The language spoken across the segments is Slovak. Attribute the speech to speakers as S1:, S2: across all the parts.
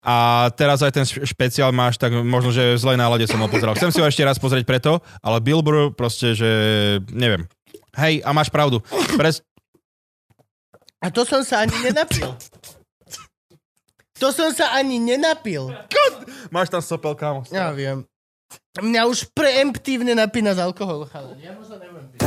S1: A teraz aj ten špe- špeciál máš, tak možno, že v zlej nálade som ho pozeral. Chcem si ho ešte raz pozrieť preto, ale Billboard proste, že neviem. Hej, a máš pravdu. Pres,
S2: A to som sa ani nenapil. To som sa ani nenapil.
S1: máš tam sopel, kámo.
S2: Ja viem. Mňa už preemptívne napína z alkoholu, chalani. Ja mu sa neviem piť.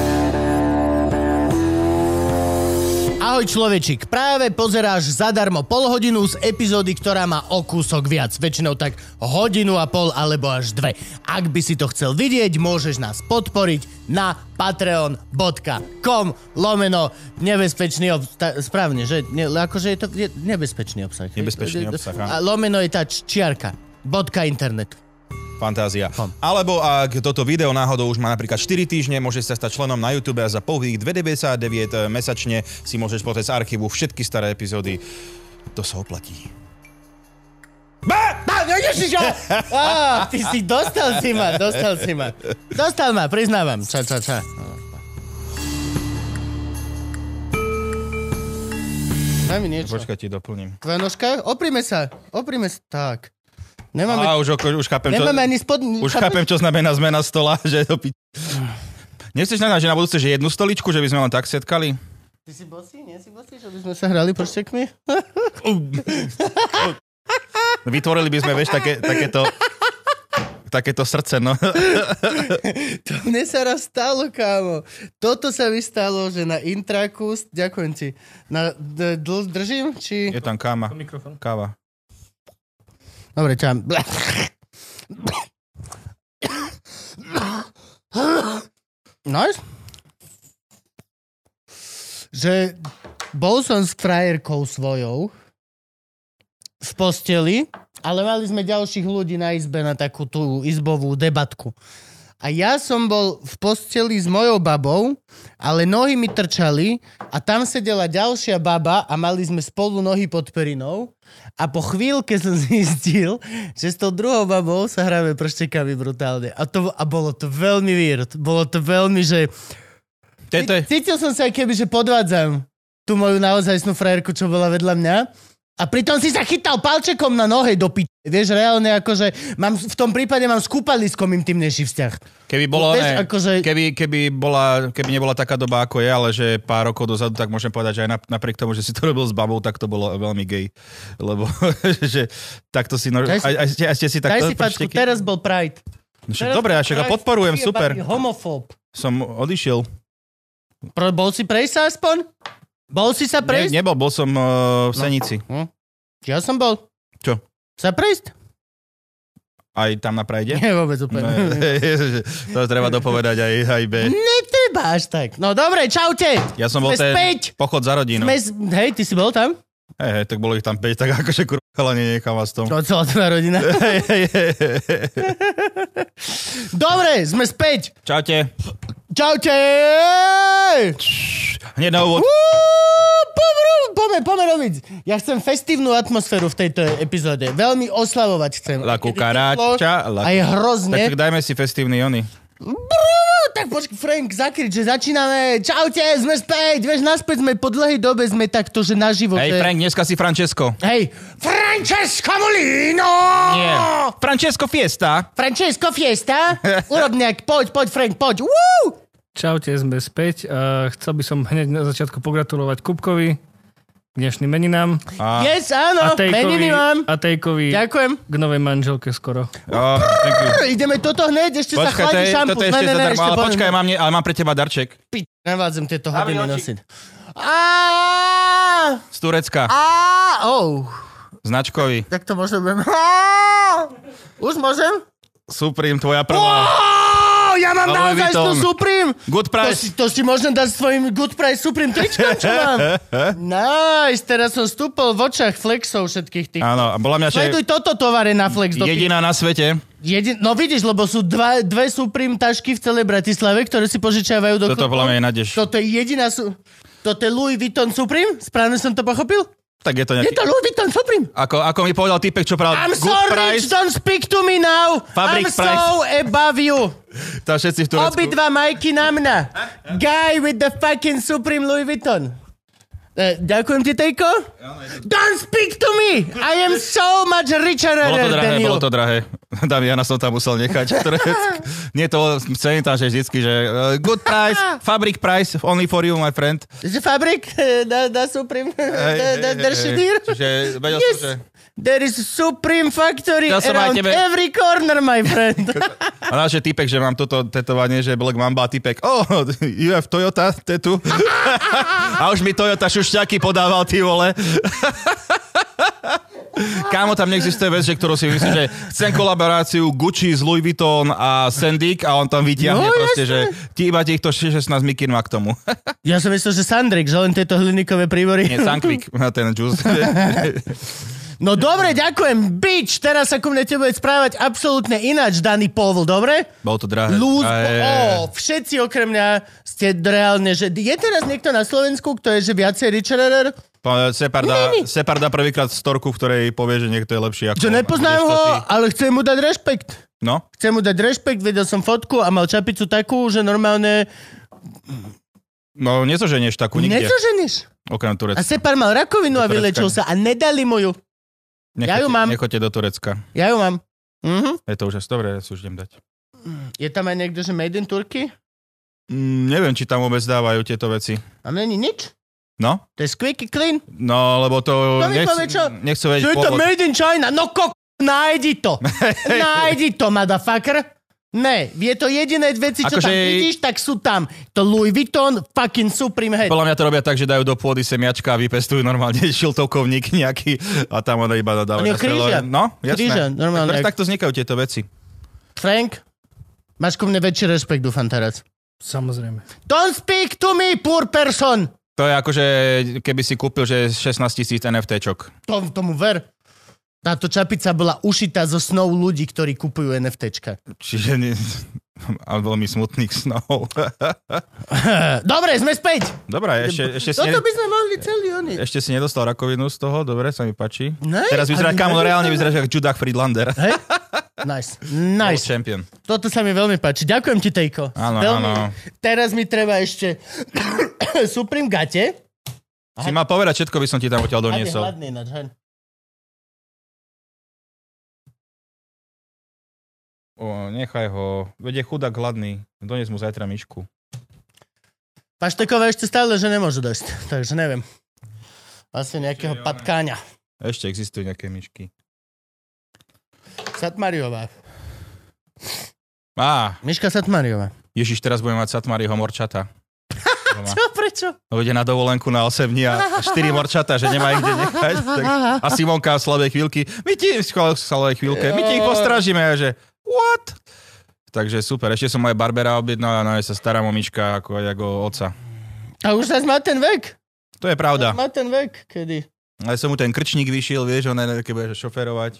S2: Ahoj človečik, práve pozeráš zadarmo pol hodinu z epizódy, ktorá má o kúsok viac, väčšinou tak hodinu a pol alebo až dve. Ak by si to chcel vidieť, môžeš nás podporiť na patreon.com lomeno nebezpečný obsah. Správne, že? Ne, akože je to je nebezpečný obsah. hej?
S1: Nebezpečný obsah, áno.
S2: A lomeno je tá č- čiarka. Bodka internetu.
S1: Fantázia.
S2: Hm.
S1: Alebo ak toto video náhodou už má napríklad 4 týždne, môžeš sa stať členom na YouTube a za pouhých 2,99 mesačne si môžeš pozrieť z archívu všetky staré epizódy. To sa oplatí.
S2: Á, vidíš, že... Á, ty si dostal si ma, dostal si ma. Dostal ma, priznávam. Ča, ča, ča. Daj mi niečo.
S1: Počkaj, ti doplním.
S2: Kvenoška, oprime sa, oprime sa. Tak. Nemáme,
S1: A No, už, oko- už chápem, čo,
S2: nemáme ani spod...
S1: už chápem, čo znamená zmena stola, že je to pi... Nechceš na že na budúce, že jednu stoličku, že by sme len tak setkali?
S2: Ty si bosý, nie si bosý, že by sme sa hrali prštekmi?
S1: Vytvorili by sme, vieš, také, takéto, takéto srdce, no.
S2: To mne sa raz stalo, kámo. Toto sa mi stalo, že na intraku, ďakujem ti, na, d- dl- držím, či...
S1: Je tam káma.
S3: Mikrofón.
S1: Káva.
S2: Dobre, čam. Nice. Že bol som s frajerkou svojou v posteli, ale mali sme ďalších ľudí na izbe na takú tú izbovú debatku. A ja som bol v posteli s mojou babou, ale nohy mi trčali a tam sedela ďalšia baba a mali sme spolu nohy pod perinou a po chvíľke som zistil, že s tou druhou babou sa hráme prštekami brutálne. A, to, a bolo to veľmi weird. Bolo to veľmi, že...
S1: Toto je...
S2: Cítil som sa aj keby, že podvádzam tú moju naozaj snú frajerku, čo bola vedľa mňa. A pritom si sa chytal palčekom na nohe do piče. Vieš, reálne akože mám, v tom prípade mám s kúpaliskom intimnejší vzťah.
S1: Keby, bolo,
S2: Vieš,
S1: ne,
S2: akože-
S1: keby, keby, bola, keby nebola taká doba, ako je, ale že pár rokov dozadu, tak môžem povedať, že aj nap- napriek tomu, že si to robil s babou, tak to bolo veľmi gay. Lebo že takto si... No,
S2: Daj si-
S1: aj, aj, ste, aj ste si
S2: Daj
S1: takto...
S2: si pačku,
S1: pršteky-
S2: teraz bol Pride.
S1: No však
S2: Teraz
S1: Dobre,
S2: bol
S1: ja však ja
S2: Pride,
S1: podporujem,
S2: ty
S1: super.
S2: jebany Homofób.
S1: Som odišiel.
S2: Pro, bol si prejsť aspoň? Bol si sa
S1: Ne,
S2: prejsť? No. Ne, ne.
S1: nebol, bol som uh, v Senici.
S2: Ja som bol.
S1: Čo?
S2: Sa prejsť?
S1: Aj tam na Prajde. No,
S2: Nie, vôbec úplne. Ne.
S1: to treba dopovedať aj, aj B.
S2: Netreba až tak. No dobre, čaute.
S1: Ja som bol
S2: Mm, Sme
S1: ten
S2: späť.
S1: pochod za rodinu.
S2: Sme z... Hej, ty si bol tam?
S1: Hej, hej, tak bolo ich tam 5, tak akože kurva, nenechám vás tom.
S2: To celá tvoja rodina.
S1: Hej, hej, hej, hej.
S2: dobre, sme späť.
S1: Čaute.
S2: Čaute!
S1: Hneď na úvod.
S2: Uú, povru- Poďme, poďme robiť. Ja chcem festívnu atmosféru v tejto epizóde. Veľmi oslavovať chcem.
S1: La
S2: Kedy
S1: cucaracha,
S2: teplo
S1: la-
S2: A je hrozne.
S1: Tak, tak dajme si festívny Jony.
S2: No, tak počkaj, Frank, zakrič, že začíname. Čaute, sme späť. Vieš, naspäť sme po dlhej dobe sme takto, že naživo.
S1: Hej,
S2: že...
S1: Frank, dneska si Francesco.
S2: Hej, Francesco Molino! No.
S1: Francesco Fiesta.
S2: Francesco Fiesta? Urob nejak, poď, poď, Frank, poď. Woo!
S3: Čaute, sme späť. Uh, chcel by som hneď na začiatku pogratulovať Kupkovi k dnešným meninám.
S1: A,
S2: Yes,
S1: No,
S2: áno, meniny mám.
S3: a Tejkovi
S2: Ďakujem.
S3: k novej manželke skoro.
S1: a, thank you.
S2: Prr, Ideme toto hneď, ešte sa
S1: Počkaj, to
S2: chladí
S1: je,
S2: šampus.
S1: toto je ešte
S2: ne, ne, ne,
S1: zadarmo, ale
S2: poviem.
S1: počkaj, mám, nie, ale mám pre teba darček
S2: Pič, Nevádzam tieto hodiny
S1: Avióčik.
S2: nosiť. Á,
S1: z Turecka,
S2: á, oh,
S1: značkový.
S2: tak to možno budem. Á, Už môžem?
S1: Supreme, tvoja prvá.
S2: Á, ja mám
S1: Ale
S2: naozaj tú
S1: Vuitton.
S2: Supreme.
S1: Good
S2: To si,
S1: price.
S2: to si môžem dať s tvojim Good Price Supreme tričkom, čo mám. Nice, teraz som stúpol v očach flexov všetkých tých.
S1: Áno, a bola mňa, že
S2: Sleduj toto tovare na flex. do
S1: jediná na svete.
S2: Jedin, no vidíš, lebo sú dva, dve Supreme tašky v celej Bratislave, ktoré si požičiavajú do
S1: Toto
S2: klubov.
S1: bola mňa nádež.
S2: Toto je jediná... Su- toto je Louis Vuitton Supreme? Správne som to pochopil?
S1: Tak je to
S2: Je
S1: nejaký...
S2: to Louis Vuitton Supreme.
S1: Ako, ako mi povedal typek, čo pravil.
S2: I'm so
S1: Good price.
S2: rich, don't speak to me now.
S1: Fabrik
S2: I'm
S1: price.
S2: so above you.
S1: Tá všetci v Turecku.
S2: Obidva majky na mňa. Guy with the fucking Supreme Louis Vuitton. Eh, Ďakujem ti, Tejko. Don't speak to me! I am so much richer
S1: Bolo to drahé,
S2: than you.
S1: bolo to drahé. Damiana som tam musel nechať. Nie to, cením tam, že vždycky, že uh, good price, fabric price, only for you, my friend.
S2: Že fabrik, eh, da, da Supreme, da, da, da Shidir.
S1: Čiže vedel
S2: Yes,
S1: som, že...
S2: there is Supreme Factory
S1: Ja som aj
S2: around
S1: tebe-
S2: every corner, my friend.
S1: A náš je typek, že mám toto tetovanie, že Black Mamba a typek, oh, you have Toyota tetu. a už mi Toyota šušťaky podával, ty vole. Kámo, tam neexistuje vec, že ktorú si myslím, že chcem kolaboráciu Gucci s Louis Vuitton a Sandik a on tam vytiahne
S2: No,
S1: proste, že
S2: jasné.
S1: ti iba týchto 16 mikin má k tomu.
S2: ja som myslel, že Sandrik, že len tieto hliníkové príbory.
S1: Nie, Sankvik na ten juice.
S2: No dobre, ďakujem, bitch, teraz sa ku mne tebe bude správať absolútne ináč, daný povol, dobre?
S1: Bolo to drahé.
S2: Lose, Oh.
S1: Drahé.
S2: o, všetci okrem mňa ste reálne, že je teraz niekto na Slovensku, kto je, že viacej Richerer?
S1: Pán Separda,
S2: Nie, nie.
S1: Separda prvýkrát storku, v ktorej povie, že niekto je lepší ako...
S2: Čo nepoznám
S1: kdežto
S2: ho,
S1: ty.
S2: ale chcem mu dať rešpekt.
S1: No?
S2: Chcem mu dať rešpekt, vedel som fotku a mal čapicu takú, že normálne
S1: No, nezoženieš takú nikde.
S2: nezoženiš.
S1: Okrem
S2: A
S1: Turecka.
S2: Separ mal rakovinu a
S1: Turecka.
S2: vylečil sa a nedali mu ju.
S1: Nechoďte,
S2: ja ju mám.
S1: Nechoďte do Turecka.
S2: Ja ju mám. Mhm.
S1: Je to už asi dobré, ja si už idem dať.
S2: Je tam aj niekto, že made in Turkey?
S1: Mm, neviem, či tam vôbec dávajú tieto veci.
S2: A není nič.
S1: No?
S2: To je squeaky clean.
S1: No, lebo to...
S2: To mi
S1: nechc-
S2: povie, čo?
S1: Nechcú vedieť
S2: Čo je to
S1: pôvod.
S2: made in China? No kok, nájdi to. nájdi to, motherfucker. Ne, je to jediné veci, čo
S1: Akože-
S2: tam vidíš, tak sú tam. To Louis Vuitton, fucking Supreme Head.
S1: Podľa mňa to robia tak, že dajú do pôdy semiačka a vypestujú normálne šiltovkovník nejaký a tam ona iba dávajú.
S2: Oni
S1: na
S2: ho
S1: strelo.
S2: krížia.
S1: No, jasné.
S2: Krížia, normálne.
S1: Tak, takto vznikajú tieto veci.
S2: Frank, máš ku mne väčší rešpekt, dúfam teraz.
S3: Samozrejme.
S2: Don't speak to me, poor person.
S1: To je akože, keby si kúpil, že 16 tisíc NFTčok.
S2: To, tomu ver. Táto čapica bola ušitá zo snov ľudí, ktorí kupujú NFTčka.
S1: Čiže ne... a veľmi smutných snov.
S2: Eh, Dobre, sme späť.
S1: Dobre, ešte, ešte, si
S2: Toto
S1: ne...
S2: by sme mohli celý oni.
S1: ešte si nedostal rakovinu z toho, dobre, sa mi páči.
S2: Ne,
S1: Teraz vyzerá,
S2: ale-
S1: kamo, reálne vyzerá, že Judach Friedlander.
S2: Hej? Nice, nice.
S1: Champion.
S2: Toto sa mi veľmi páči. Ďakujem ti, Tejko.
S1: Áno,
S2: veľmi.
S1: áno.
S2: Teraz mi treba ešte Supreme Gate.
S1: Si mal povedať, všetko by som ti tam odtiaľ
S2: A je
S1: doniesol.
S2: hladný ináč, hej.
S1: O, nechaj ho. Veď je chudák hladný. Dones mu zajtra myšku.
S2: Paštekové ešte stále, že nemôžu dojsť. Takže neviem. Asi nejakého patkáňa.
S1: Ešte existujú nejaké myšky.
S2: Satmariová.
S1: Á,
S2: Miška Satmariová.
S1: Ježiš, teraz budem mať Satmariho morčata. Doma.
S2: Čo, prečo?
S1: No, ide na dovolenku na 8 dní a 4 morčata, že nemá ich kde nechať. Tak... A Simonka v slabej chvíľky. My ti v schvál- v slabej chvíľke, my ti ich postražíme. A že what? Takže super, ešte som aj Barbera objednal a na nej sa stará momička ako, ako oca.
S2: A už zase má ten vek.
S1: To je pravda.
S2: Má ten vek, kedy.
S1: Ale som mu ten krčník vyšiel, vieš, on aj keď bude šoferovať.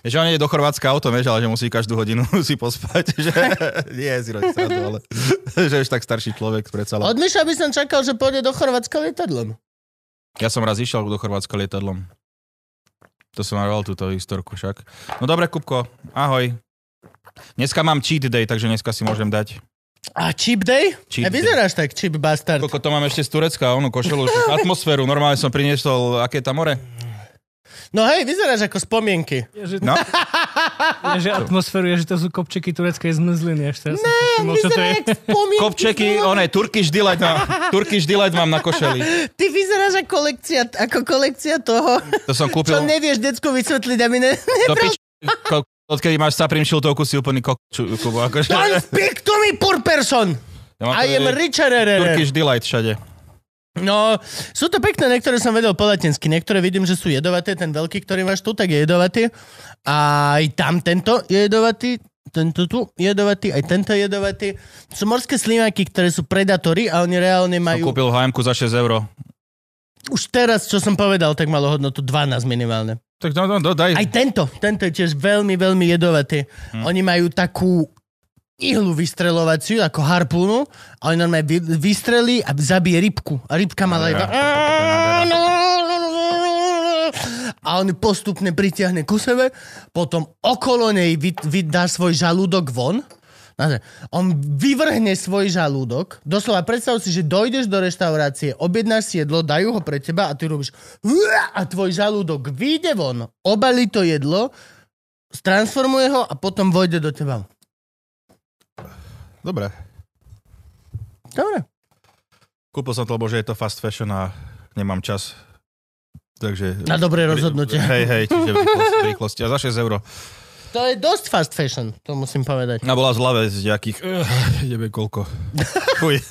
S1: Vieš, on je do Chorvátska autom, vieš, ale že musí každú hodinu si pospať. Že... Nie, si robí srandu, ale že už tak starší človek predsa.
S2: Od
S1: len.
S2: Miša by som čakal, že pôjde do Chorvátska lietadlom.
S1: Ja som raz išiel do Chorvátska lietadlom. To som mal túto historku však. No dobre, Kupko, ahoj. Dneska mám cheat day, takže dneska si môžem dať.
S2: A cheap day?
S1: Cheap
S2: Cheap
S1: day.
S2: Nevyzeráš tak, cheap bastard.
S1: Koľko to mám ešte z Turecka, onú košelu, že atmosféru. Normálne som priniesol, aké je tam more?
S2: No hej, vyzeráš ako spomienky.
S3: Je, že,
S1: No,
S3: je, že atmosféru, je, že to sú kopčeky tureckej zmrzliny. Až teraz som si všimol, čo to je.
S2: Vyzeráš ako spomienky.
S1: kopčeky, one, Turkish delight mám, Turkish delight mám na košeli.
S2: Ty vyzeráš ako kolekcia, ako kolekcia toho,
S1: To som kúpil.
S2: čo nevieš decku vysvetliť, aby ne...
S1: Do pič... ko- Odkedy máš Saprim šiltovku, si úplný kok... ču- Kubo, akože...
S2: Don't speak to me, poor person!
S1: Ja mám
S2: I
S1: No to-
S2: am Richard Herrera.
S1: Turkish delight všade.
S2: No, sú to pekné, niektoré som vedel po latinsky, niektoré vidím, že sú jedovaté, ten veľký, ktorý máš tu, tak je jedovatý. Aj tam tento je jedovatý, tento tu je jedovatý, aj tento je jedovatý. Sú morské slimáky, ktoré sú predátory a oni reálne
S1: Som
S2: majú...
S1: kúpil hm za 6 eur.
S2: Už teraz, čo som povedal, tak malo hodnotu 12 minimálne.
S1: Tak no, no, no, daj.
S2: Aj tento, tento je tiež veľmi, veľmi jedovatý.
S1: Hm.
S2: Hm. Oni majú takú ihlu vystrelovaciu, ako harpúnu, a oni normálne vy- vystrelí a zabije rybku. A rybka mala iba... A on ju postupne pritiahne ku sebe, potom okolo nej vy- vydá svoj žalúdok von, Naozaj. On vyvrhne svoj žalúdok. Doslova predstav si, že dojdeš do reštaurácie, objednáš jedlo, dajú ho pre teba a ty robíš "Hua!" a tvoj žalúdok vyjde von, obalí to jedlo, transformuje ho a potom vojde do teba.
S1: Dobre.
S2: Dobre.
S1: Kúpil som to, lebo že je to fast fashion a nemám čas. Takže...
S2: Na dobré
S1: pri-
S2: rozhodnutie.
S1: Hej, hej, čiže v rýchlosti, v rýchlosti. A za 6 euro.
S2: To je dosť fast fashion, to musím povedať.
S1: A bola v hlave z nejakých... Uh, neviem koľko. Chuj.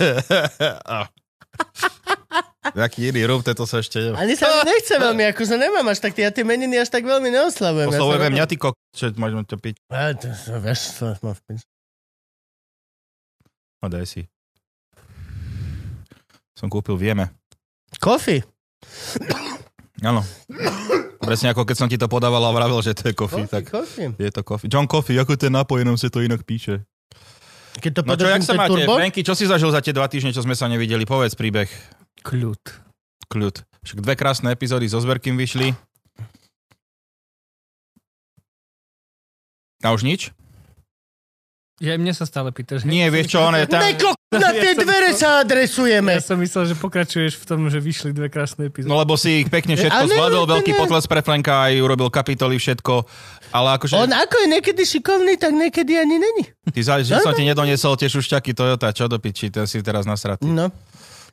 S1: A- Nejaký iný rum, tento sa ešte...
S2: Ani sa mi nechce veľmi, akože nemám až tak, ja tie meniny až tak veľmi neoslavujem. Ja sa
S1: Oslovujeme
S2: na-
S1: mňa, ty kok... Čo, môžeme to piť?
S2: A, to sa, vieš, to máš v piči.
S1: No daj si. Som kúpil, vieme.
S2: Kofi.
S1: Áno. Presne ako keď som ti to podával a vravel, že to je kofi,
S2: Kofi,
S1: tak
S2: kofi.
S1: je to kofi. John Coffee, ako ten nápoj, jenom sa to inak píše.
S2: Keď to
S1: No čo, jak
S2: podržím,
S1: sa
S2: to je
S1: máte?
S2: turbo.
S1: Benky, čo si zažil za tie dva týždne, čo sme sa nevideli? Povedz príbeh.
S3: Kľud.
S1: Kľud. Však dve krásne epizódy so Zverkým vyšli. A už nič?
S3: Ja, mne sa stále pýtaš. hej?
S1: Nie, vieš čo, on je tam...
S2: Neko, na tie dvere sa adresujeme.
S3: Ja som myslel, že pokračuješ v tom, že vyšli dve krásne epizódy.
S1: No lebo si ich pekne
S2: Ale
S1: všetko
S2: ne,
S1: zvládol,
S2: ne,
S1: veľký
S2: ne.
S1: potles pre Flenka, aj urobil kapitoly, všetko. Ale akože...
S2: On ako je niekedy šikovný, tak niekedy ani není.
S1: Ty za, že
S2: No,
S1: som ti nedoniesol tie šušťaky Toyota, čo do piči, ten si teraz nasratý.
S2: No.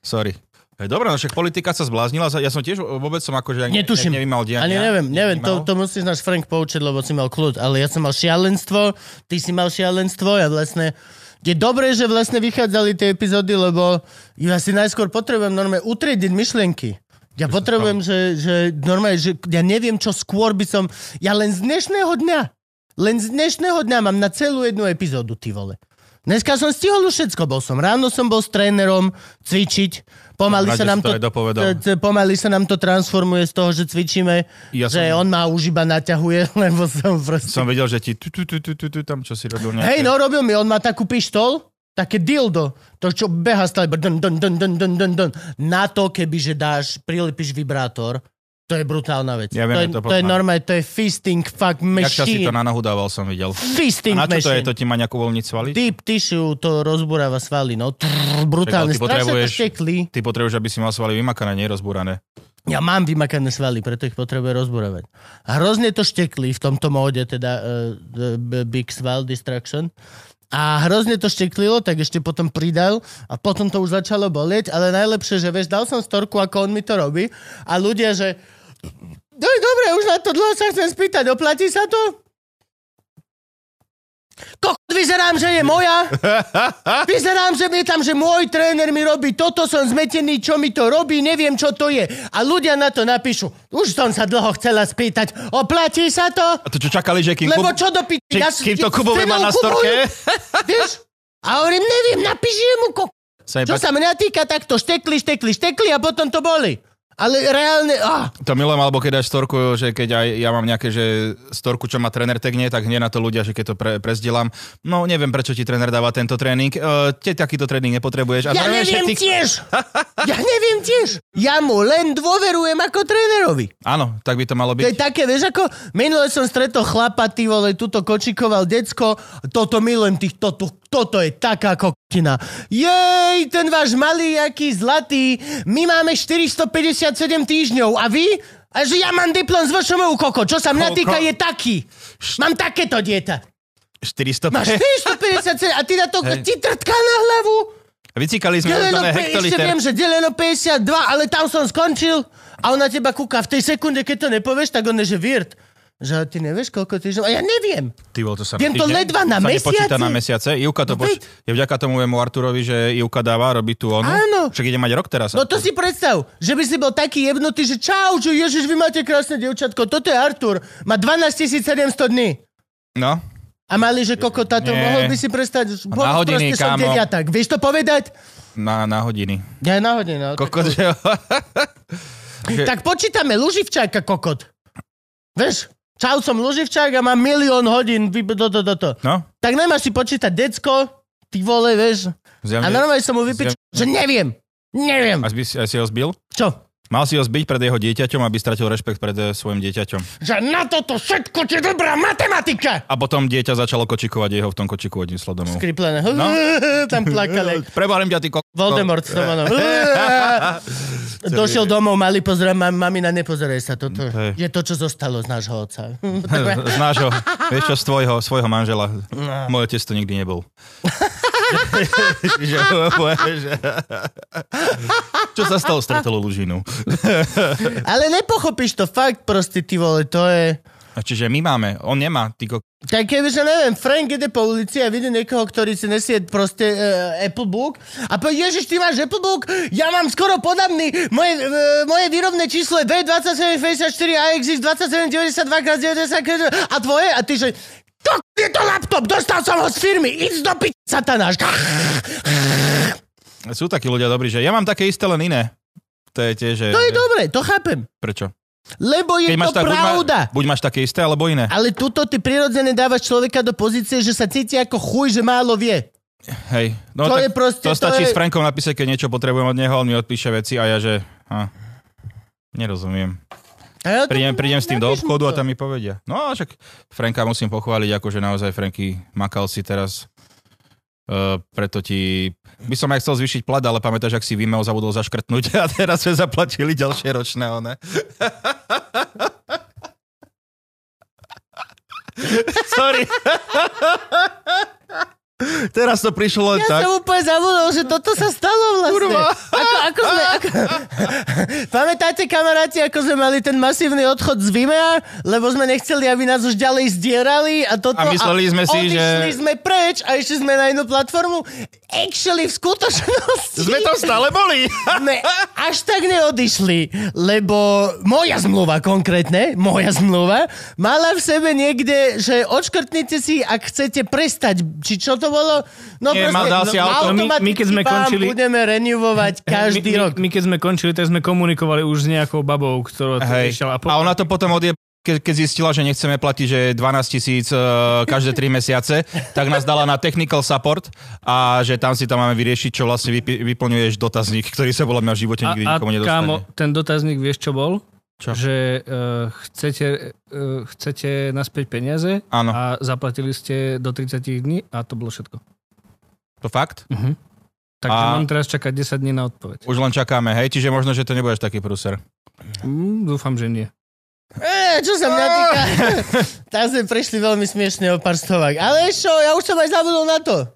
S1: Sorry. Hej, dobre, no však politika sa zbláznila, za- ja som tiež vôbec som akože... ne-
S2: Netuším.
S1: Ne, nevymal diania,
S2: Ani neviem, neviem,
S1: nevnímal.
S2: to, to musíš náš Frank poučiť, lebo si mal kľud, ale ja som mal šialenstvo, ty si mal šialenstvo, ja vlastne... Je dobré, že vlastne vychádzali tie epizódy, lebo ja si najskôr potrebujem normálne utriediť myšlienky. Ja potrebujem, že, že normálne, že ja neviem, čo skôr by som... Ja len z dnešného dňa, len z dnešného dňa mám na celú jednu epizódu, ty vole. Dneska som stihol už všetko, bol som ráno, som bol s trénerom cvičiť,
S1: Rád,
S2: pomaly sa
S1: že
S2: nám
S1: si to
S2: to...
S1: aj dopovedal.
S2: t- t- Pomaly sa nám to transformuje z toho, že cvičíme,
S1: Ja
S2: že
S1: som-
S2: on ma už iba naťahuje, lebo som proste...
S1: Som vedel, že ti tu, tu, tu, tu, tu, tu, tam čo si robil nejaké...
S2: Hej, no robil mi, on má takú pištol, také dildo, to čo beha stále, br- dun, dun, dun, dun, dun, dun, dun. na to keby, že dáš, prilepíš vibrátor, to je brutálna vec.
S1: Ja viem, ja to
S2: to, je, to je
S1: poznám.
S2: normálne, to je fisting fuck
S1: Jak čas si
S2: machine.
S1: to na nohu dával, som videl. A
S2: Fisting
S1: na čo to je?
S2: machine.
S1: To ti má nejakú voľniť svaly?
S2: Deep tissue to rozburáva svaly, no. Trrr,
S1: Čakaj, ale ty
S2: brutálne, strašne to
S1: potrebuješ-
S2: štekli.
S1: Ty potrebuješ, aby si mal svaly vymakané, nie rozbúrané.
S2: Ja mám vymakané svaly, preto ich potrebujem rozborovať. A hrozne to štekli v tomto móde, teda uh, the Big Sval Distraction. A hrozne to šteklilo, tak ešte potom pridal a potom to už začalo bolieť, ale najlepšie, že vieš, dal som storku, ako on mi to robí a ľudia, že no dobre, už na to dlho sa chcem spýtať, oplatí sa to? Kokot vyzerám, že je moja. Vyzerám, že je tam, že môj tréner mi robí toto, som zmetený, čo mi to robí, neviem, čo to je. A ľudia na to napíšu, už som sa dlho chcela spýtať, oplatí sa to?
S1: A to čo čakali, že kým...
S2: Lebo
S1: Kub-
S2: čo do piči?
S1: že
S2: Ja s-
S1: kým to
S2: s
S1: Kubové má na
S2: cenou Kubujú,
S1: storke?
S2: Vieš? A hovorím, neviem, napíši mu ko...
S1: Sa mi
S2: Čo
S1: páči-
S2: sa mňa týka, tak to štekli, štekli, štekli a potom to boli. Ale reálne... Ah.
S1: To milujem, alebo keď dáš storku, že keď aj ja mám nejaké, že storku, čo ma tréner tegne, tak hneď na to ľudia, že keď to pre, prezdielam, no neviem, prečo ti tréner dáva tento tréning, uh, te takýto tréning nepotrebuješ.
S2: Ja
S1: zároveň
S2: neviem
S1: všetci-
S2: tiež. Ja neviem tiež. Ja mu len dôverujem ako trénerovi.
S1: Áno, tak by to malo
S2: To je
S1: byť.
S2: také, vieš ako, minule som stretol chlapa, ty vole, tuto kočikoval decko, toto milujem tých, toto, toto je taká kokotina. Jej, ten váš malý, aký zlatý, my máme 457 týždňov a vy? A že ja mám diplom z VŠMU, koko, čo sa mňa
S1: Koľko?
S2: týka je taký. Mám takéto dieťa.
S1: 400.
S2: Máš 457 a ty na to,
S1: Hej.
S2: ti trtká na hlavu.
S1: Vycíkali sme
S2: Deleno,
S1: úplne
S2: pe- no, ešte
S1: hektoliter.
S2: viem, že deleno 52, ale tam som skončil a on na teba kúka. V tej sekunde, keď to nepovieš, tak on je že virt. Že ty nevieš, koľko týždňov? A ja neviem.
S1: Ty vole, to sa
S2: Viem to
S1: týždeň-
S2: ledva na
S1: sa nepočíta
S2: mesiaci.
S1: na mesiace. Ivka to
S2: No
S1: poč...
S2: veď.
S1: Je vďaka tomu jemu Arturovi, že Ivka dáva, robí tu onu.
S2: Áno.
S1: Však ide mať rok teraz.
S2: No to si predstav, že by si bol taký jebnutý, že čau, že ježiš, vy máte krásne dievčatko, toto je Artur, má 12 700 dní.
S1: No.
S2: A mali, že koko, táto,
S1: Nie.
S2: mohol by si prestať, bol,
S1: hodiny,
S2: proste som
S1: kámo.
S2: deviatak. Vieš to povedať?
S1: Na, na hodiny.
S2: Ja na hodinu. no.
S1: Kokos, že... že-
S2: Tak počítame Luživčáka, kokot. Vieš, čau, som Luživčák a mám milión hodín, vy, do, do, do, do.
S1: No.
S2: Tak nemáš si počítať decko, ty vole, vieš.
S1: Zjavne.
S2: A normálne som mu vypič,
S1: zjavne-
S2: že neviem. Neviem.
S1: Až by si, až si ho zbil?
S2: Čo?
S1: Mal si ho zbiť pred jeho dieťaťom, aby stratil rešpekt pred eh, svojim dieťaťom.
S2: Že na toto všetko ti dobrá matematika!
S1: A potom dieťa začalo kočikovať jeho v tom kočiku odnieslo domov.
S2: Skriplené.
S1: No.
S2: Tam plakali.
S1: Prebalím ťa, ty ko...
S2: Voldemort s Tomanom.
S1: No.
S2: Došiel domov, mali pozerať, mam, mamina nepozeraj sa toto.
S1: No, Hej.
S2: Je to, čo zostalo z nášho otca.
S1: Z nášho, vieš čo, z tvojho, svojho manžela.
S2: No.
S1: Môj otec to nikdy nebol. Že- že- čo sa stalo, stretol Lužinu.
S2: Ale nepochopíš to fakt, proste ty vole, to je...
S1: A Čiže my máme, on nemá, ty ko...
S2: Tak keby, že neviem, Frank ide po ulici a vidí niekoho, ktorý si nesie proste uh, Apple Book a povie, Ježiš, ty máš Apple Book? Ja mám skoro podobný. Moje, uh, moje výrobné číslo je D2754 AXX 2792x90 a tvoje? A ty že, to k- je to laptop, dostal som ho z firmy, idz do pi... satanáš.
S1: Sú takí ľudia dobrí, že ja mám také isté, len iné. To je tiež, že...
S2: To je dobre, to chápem.
S1: Prečo?
S2: Lebo je to
S1: buď,
S2: pravda.
S1: ma, buď máš také isté, alebo iné.
S2: Ale tuto ty prirodzene dávaš človeka do pozície, že sa cíti ako chuj, že málo vie.
S1: Hej. No,
S2: To
S1: tak
S2: je proste-
S1: to
S2: to
S1: stačí s
S2: je-
S1: Frankom napísať, keď niečo potrebujem od neho, on mi odpíše veci a ja, že... Ha, nerozumiem.
S2: A ja to-
S1: Prídem, prídem s tým do
S2: No, napíš mu
S1: obchodu a
S2: to.
S1: tam mi povedia. No a však Franka musím pochváliť, akože naozaj Franky makal si teraz. Uh, preto ti... By som aj chcel zvýšiť plat, ale pamätáš, ak si Vimeo zabudol zaškrtnúť a teraz sme zaplatili ďalšie ročné, one. Sorry. teraz to prišlo len tak.
S2: Ja som úplne zabudol, že toto sa stalo vlastne.
S1: Kurva.
S2: Ako, ako sme, ako... Pamätáte, kamaráti, ako sme mali ten masívny odchod z Vimea, lebo sme nechceli, aby nás už ďalej zdierali a toto...
S1: A mysleli sme si, že-
S2: odišli sme preč a išli sme na inú platformu. Actually, v skutočnosti...
S1: Sme tam stále boli.
S2: Ne, až tak neodišli, lebo moja zmluva konkrétne, moja zmluva, mala v sebe niekde, že odškrtnite si, ak chcete prestať. Či čo to bolo? No
S1: Nie, mal- dal si auto.
S3: My- my keď sme
S2: vám
S3: končili-
S2: budeme renewovať každý
S3: my,
S2: rok.
S3: My, my keď sme končili, tak sme komunikovali už s nejakou babou, ktorá to
S1: Hej.
S3: riešila. A, po...
S1: A ona to potom odje ke, keď zistila, že nechceme platiť, že 12 tisíc e, každé 3 mesiace, tak nás dala na technical support a že tam si tam máme vyriešiť, čo vlastne vypi- vyplňuješ dotazník, ktorý sa podľa mňa v živote
S3: a,
S1: nikdy
S3: a
S1: nikomu nedostane.
S3: kámo, ten dotazník vieš, čo bol?
S1: Čo?
S3: Že uh, chcete, uh, chcete naspäť peniaze
S1: Áno.
S3: a zaplatili ste do 30 dní a to bolo všetko. Mhm.
S1: To fakt?
S3: Takže
S1: A-
S3: mám teraz čakať 10 dní na odpoveď.
S1: Už len čakáme, hej? Čiže možno, že to nebudeš taký prúser.
S3: Mm, dúfam, že nie.
S2: E, čo sa
S1: Ah!
S2: mňa týka? Tam sme prešli veľmi smiešne o pár stovák. Ale čo, ja už som aj zabudol na to.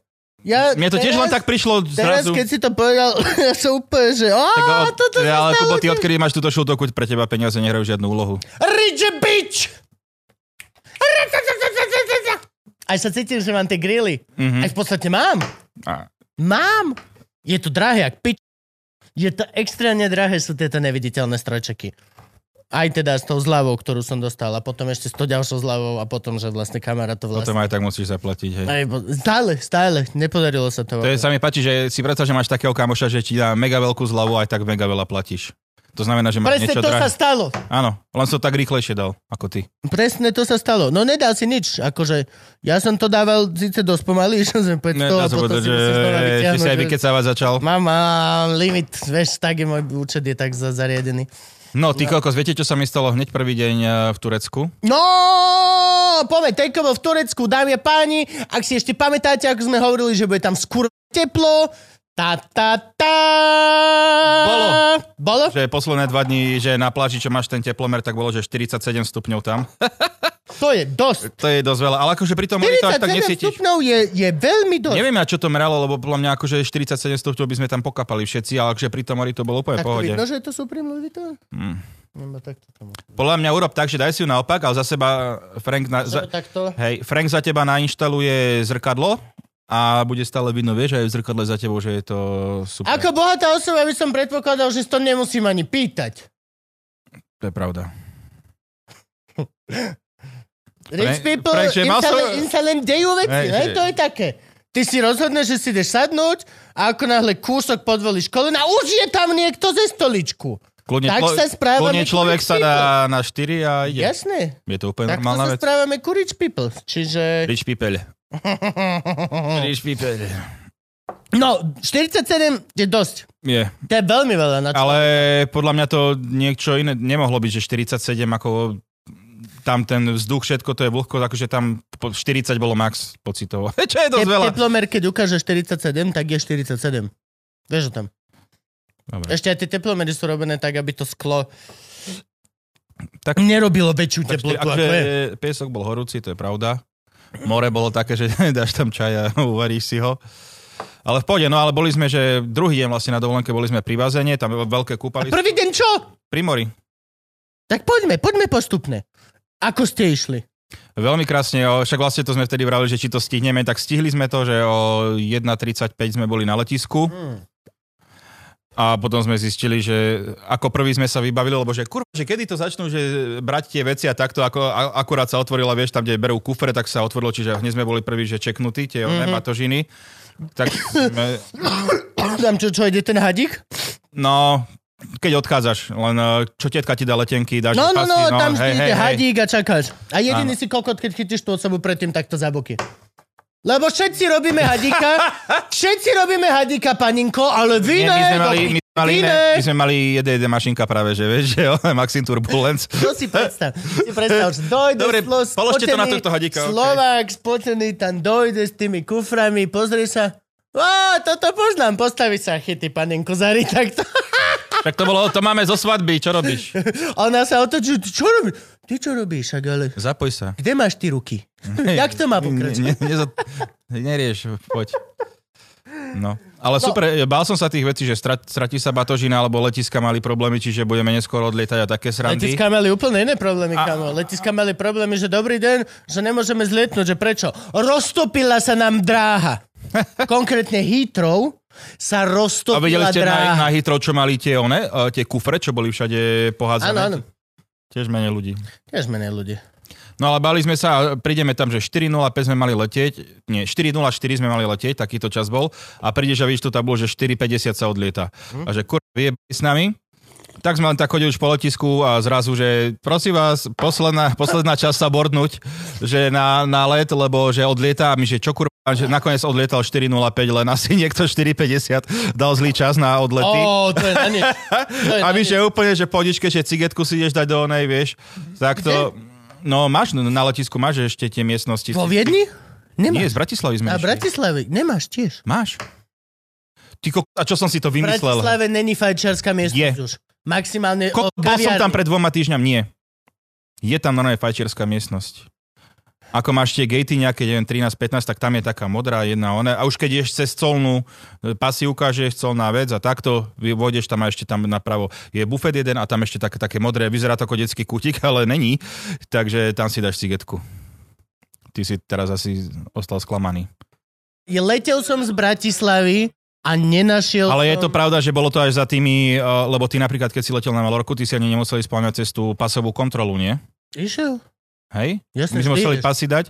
S2: Ja,
S1: Mne to tiež len tak prišlo
S2: Teraz,
S1: zrazu.
S2: keď si to povedal, ja som úplne, že... Ó,
S1: Tak, ale-
S2: toto sa
S1: ale
S2: stalo
S1: Kubo, ty
S2: tiež."
S1: odkedy máš túto šultoku, pre teba peniaze nehrajú žiadnu úlohu.
S2: Ridge bitch! Aj sa cítim, že mám tie grily.
S1: Mhm.
S2: Aj v podstate mám.
S1: A-
S2: Mám. Je to drahé, ak pič. Je to extrémne drahé, sú tieto neviditeľné strojčeky. Aj teda s tou zľavou, ktorú som dostal a potom ešte s tou ďalšou zľavou a potom, že vlastne kamera to
S1: Potom
S2: vlastne...
S1: aj tak musíš zaplatiť, hej.
S2: Aj, po- stále, stále, nepodarilo sa to.
S1: To je, sa mi páči, že si predstav, že máš takého kamoša, že ti dá mega veľkú zľavu aj tak mega veľa platíš. To znamená, že máš
S2: Presne
S1: niečo
S2: to sa
S1: drahé.
S2: stalo.
S1: Áno, len som to tak rýchlejšie dal, ako ty.
S2: Presne to sa stalo. No nedal si nič. Akože, ja som to dával síce dosť pomaly, išiel som povedať to a
S1: dá sa
S2: potom
S1: povedať,
S2: si
S1: že
S2: musíš znova
S1: že si aj
S2: vyťahnuť, že-
S1: vykecávať začal.
S2: Mám mám limit, vieš, tak je môj účet je tak za- zariadený.
S1: No, ty kokos, viete, čo sa mi stalo hneď prvý deň e, v Turecku?
S2: No, poďme, Tejko bol v Turecku, dámy a páni, ak si ešte pamätáte, ako sme hovorili, že bude tam skôr teplo, tá, tá, tá.
S1: Bolo.
S2: Bolo?
S1: Že posledné dva dní, že na pláži, čo máš ten teplomer, tak bolo, že 47 stupňov tam.
S2: To je dosť.
S1: To je dosť veľa, ale akože pri tom mori to až tak
S2: 47
S1: necítiš.
S2: stupňov je, je veľmi dosť.
S1: Neviem ja, čo to meralo, lebo podľa mňa akože 47 stupňov by sme tam pokapali všetci, ale akože pri tom mori to bolo úplne v
S2: tak to
S1: pohode.
S2: vidno, že to sú prímluvy to?
S1: Mm.
S2: No, tak to tomu.
S1: Podľa mňa urob tak, že daj si ju naopak, ale za seba Frank, na,
S2: No,
S1: za,
S2: Takto.
S1: hej, Frank za teba nainštaluje zrkadlo a bude stále vidno, vieš, aj v zrkadle za tebou, že je to super.
S2: Ako bohatá osoba by som predpokladal, že si to nemusím ani pýtať.
S1: To je pravda. Pre-
S2: Rich people,
S1: prečo je
S2: im, sa,
S1: maso-
S2: len- im sa len dejú veci,
S1: Hej,
S2: hej,
S1: že-
S2: to je také. Ty si rozhodneš, že si ideš sadnúť a ako náhle kúsok podvolíš kolena, už je tam niekto ze stoličku.
S1: Kľudne,
S2: Tak
S1: tlo-
S2: sa správame
S1: kľudne
S2: ku
S1: človek sa
S2: rich
S1: dá na 4 a ide.
S2: Jasné.
S1: Je to úplne
S2: Takto
S1: normálna
S2: sa
S1: vec.
S2: správame ku rich people. Čiže...
S1: Rich people. Rich people.
S2: No, 47 je dosť.
S1: Je.
S2: To je veľmi veľa na čo.
S1: Ale podľa mňa to niečo iné nemohlo byť, že 47 ako tam ten vzduch, všetko to je vlhko, akože tam po- 40 bolo max pocitovo. Čo je
S2: Te,
S1: dosť veľa.
S2: teplomer, keď ukáže 47, tak je 47. Vieš o tom.
S1: Dobre.
S2: Ešte aj tie teplomery sú robené tak, aby to sklo
S1: Tak-
S2: tak, nerobilo väčšiu
S1: Tak
S2: teplotu,
S1: akože
S2: ako je.
S1: e, piesok bol horúci, to je pravda. More bolo také, že dáš tam čaj a uvaríš si ho. Ale v pohode, no ale boli sme, že druhý deň vlastne na dovolenke boli sme pri bazéne, tam bolo veľké
S2: A
S1: kúpalisko
S2: prvý deň čo?
S1: pri mori.
S2: Tak poďme, poďme postupne. Ako ste išli?
S1: Veľmi krásne, o, však vlastne to sme vtedy vravili, že či to stihneme, tak stihli sme to, že o 1.35 sme boli na letisku
S2: Hmm.
S1: a potom sme zistili, že ako prvý sme sa vybavili, lebo že kurva, že kedy to začnú, že brať tie veci a takto, ako, a, akurát sa otvorila, vieš, tam, kde berú kufre, tak sa otvorilo, čiže hneď sme boli prví, že čeknutí, tie
S2: Mhm.
S1: mm-hmm. batožiny. Tak sme,
S2: Tam čo, čo ide ten hadík?
S1: no, keď odchádzaš, len e, čo tetka ti dá letenky, dáš
S2: No,
S1: do
S2: no,
S1: pasy,
S2: no, tam vždy ide hadík a čakáš. A jediný
S1: Áno.
S2: si kokot, keď chytíš tú osobu predtým takto za boky. Lebo všetci robíme hadíka, všetci robíme hadíka, paninko, ale vy
S1: Nie,
S2: ne,
S1: my sme
S2: no,
S1: mali, my sme mali,
S2: vy
S1: iné,
S2: ne.
S1: my sme mali JDD mašinka práve, že vieš, že ona Maxim Turbulence.
S2: To si predstav. Si predstav, že dojde
S1: Dobre,
S2: slo,
S1: položte to na
S2: spotený
S1: tohto hadíka, okej.
S2: Slovák spotený tam dojde s tými kuframi, pozrie sa. Á, toto poznám, postaví sa, chytí panenko Zari takto.
S1: Tak to bolo, to máme zo svadby, čo robíš?
S2: A ona sa otočí, "Ty čo robíš? Ty čo robíš, však ale...
S1: Zapoj sa.
S2: Kde máš ty ruky? Jak to má
S1: Ne,
S2: pokračovať?
S1: ne, neza- nerieš, poď. No. Ale super, e, bál som sa tých vecí, že strat, stratí sa batožina, alebo letiska mali problémy, čiže budeme neskoro odlietať a také srandy.
S2: Letiska mali úplne iné problémy,
S1: A-
S2: kamo. Letiska mali problémy, že dobrý deň, že nemôžeme zlietnúť, že prečo? Roztopila sa nám dráha. Konkrétne Heathrow
S1: A
S2: sa
S1: videli
S2: roztopila
S1: ste na, na
S2: dráha.
S1: hitro, čo mali tie one, e, tie kufre, čo boli všade pohádzané.
S2: Áno, áno.
S1: Tiež menej ľudí.
S2: Tiež menej ľudí.
S1: No ale bali sme sa, a prídeme tam, že 4.05 sme mali letieť, nie, 4.04 sme mali letieť, takýto čas bol, a prídeš a vidíš tú tabulu, že 4.50 sa odlieta. A že kur, vie s nami? Tak sme len tak chodili už po letisku a zrazu, že prosím vás, posledná, posledná časť sa bordnúť, že na, na let, lebo že odlieta a my, že čo kurva, že nakoniec odlietal 4.05, len asi niekto 4.50 dal zlý čas na
S2: Ó,
S1: odlety.
S2: oh, to je na nič. To je
S1: A
S2: na
S1: my,
S2: nič.
S1: že úplne, že podičke, že cigetku si ideš dať do onej, vieš, tak to... No máš, no, na letisku máš ešte tie miestnosti.
S2: Vo Viedni?
S1: Nie, z
S2: Nemáš.
S1: Bratislavy sme išli.
S2: A v Bratislave? Nemáš tiež.
S1: Máš. Ty ko... A čo som si to
S2: V
S1: vymyslel?
S2: Bratislave není fajčiarska
S1: Je.
S2: miestnosť už. Maximálne
S1: Ko...
S2: o
S1: Bol som tam
S2: kaviarni.
S1: pred dvoma týždňami, nie. Je tam normálne fajčiarská miestnosť. Ako máš tie gatey nejaké, neviem, 13-15, tak tam je taká modrá jedna ona. A už keď ješ cez colnú, e, pasívka, že je colná vec a takto vy- vôjdeš tam a ešte tam napravo je bufet jeden a tam ešte také, také modré, vyzerá to ako detský kutík, ale není. Takže tam si dáš cigetku. Ty si teraz asi ostal sklamaný.
S2: Je letel som z Bratislavy a nenašiel
S1: Ale je to
S2: som...
S1: pravda, že bolo to až za tými, eh, lebo ty napríklad, keď si letel na Malorku, ty si ani nemusel ísť spĺňať cez tú pasovú kontrolu, nie?
S2: Išiel?
S1: Hej? My sme
S2: Jasne, vždy
S1: museli
S2: ideš.
S1: pasy dať.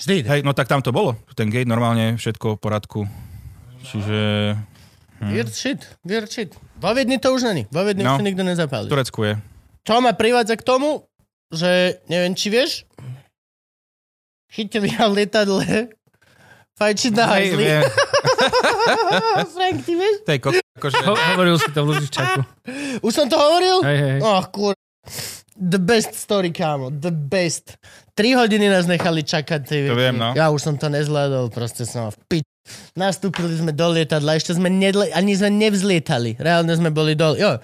S2: Vždy ideš.
S1: Hej, no tak tam to bolo. Ten gate normálne, všetko v poradku. Čiže
S2: Weird shit, weird shit. Vo Viedni to už není. Vo
S1: Mm.
S2: Viedni
S1: No.
S2: už to nikto nezapálil.
S1: v Turecku je.
S2: Čo ma privádza k tomu, že neviem, či vieš, chytili na lietadle fajčiť na
S1: Hej,
S2: hajzli.
S1: vie,
S2: Frank, ty vieš?
S1: tej ko- akože,
S3: Ho- hovoril si to v Lužičaku.
S2: Už som to hovoril?
S3: Hej, hej.
S2: Oh, kur... The best story, kámo. The best. Tri hodiny nás nechali čakať. Ty,
S1: To viem, no.
S2: Ja už som to nezvládol, proste som v pič. Nastúpili sme do lietadla, ešte sme nedle, ani sme nevzlietali. Reálne sme boli dole. Jo.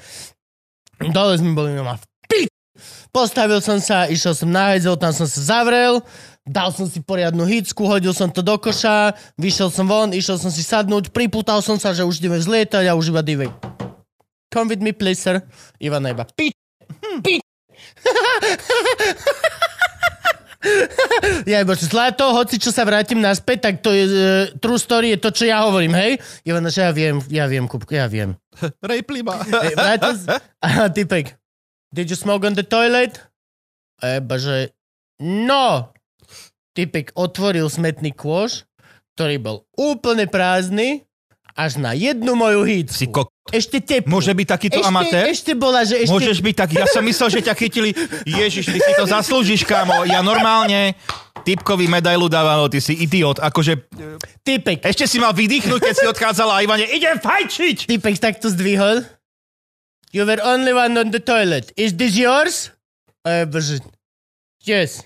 S2: Dole sme boli no a v pič. Postavil som sa, išiel som na hajzel, tam som sa zavrel, dal som si poriadnu hicku, hodil som to do koša, vyšiel som von, išiel som si sadnúť, priputal som sa, že už ideme vzlietať a už iba divej. Come with me, please, sir. Ivana iba, pič, pič. ja iba, že zlato, hoci čo sa vrátim naspäť, tak to je, uh, true story je to, čo ja hovorím, hej? Ivana, že ja viem, ja viem, Kupko, ja viem.
S1: Rejplima.
S2: E, vrátil sa- A typek, did you smoke on the toilet? A iba, že no. Typek otvoril smetný kôš, ktorý bol úplne prázdny, až na jednu
S1: Si
S2: moju hýcku.
S1: ko-
S2: Ešte teplú.
S1: Môže byť takýto
S2: ešte,
S1: amatér?
S2: Ešte bola, že ešte...
S1: Môžeš byť taký. Ja som myslel, že ťa chytili. Ježiš, ty si to zaslúžiš, kámo. Ja normálne... Typkový medailu dávalo, ty si idiot. Akože,
S2: Typek.
S1: ešte si mal vydýchnuť, keď si odchádzala a Ivane, idem fajčiť!
S2: Týpek takto zdvihol. You were only one on the toilet. Is this yours? A ja bože. Yes.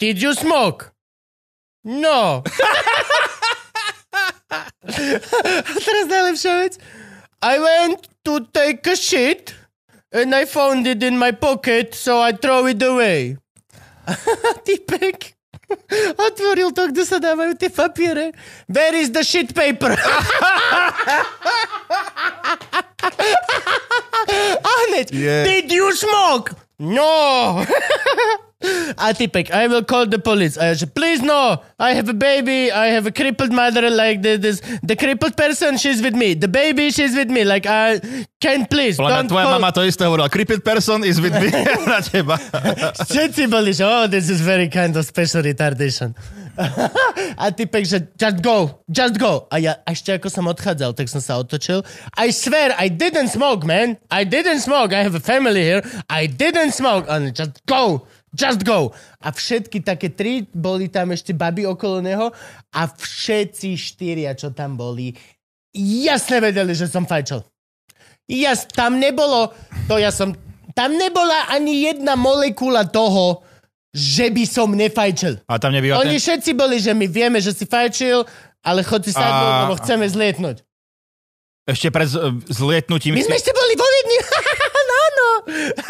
S2: Did you smoke? No. a teraz najlepšia vec. I went to take a shit and I found it in my pocket, so I throw it away. Týpek otvoril to, kde sa dávajú tie papiere. Where is the shit paper? A hneď,
S1: Je.
S2: did you smoke? No. A typek, I will call the police. A ja, že, please no, I have a baby, I have a crippled mother like this, this. The crippled person, she's with me. The baby, she's with me. Like, I can't please.
S1: Podľa mňa
S2: don't
S1: tvoja
S2: call.
S1: mama to isté hovorila. Crippled person is with me na teba.
S2: Všetci boli, že oh, this is very kind of special retardation. a typek, že just go, just go. A ja a ešte ako som odchádzal, tak som sa otočil. I swear, I didn't smoke, man. I didn't smoke. I have a family here. I didn't smoke. On just go, just go. A všetky také tri, boli tam ešte baby okolo neho a všetci štyria, čo tam boli, jasne vedeli, že som fajčil. Jas, tam nebolo, to ja som, tam nebola ani jedna molekula toho, že by som nefajčil.
S1: A tam nebýva ten...
S2: Oni všetci boli, že my vieme, že si fajčil, ale chod si sadnúť,
S1: A-
S2: lebo chceme zlietnúť.
S1: Ešte pred z- zlietnutím...
S2: My sme ešte boli No, vo Viedni. Áno, áno.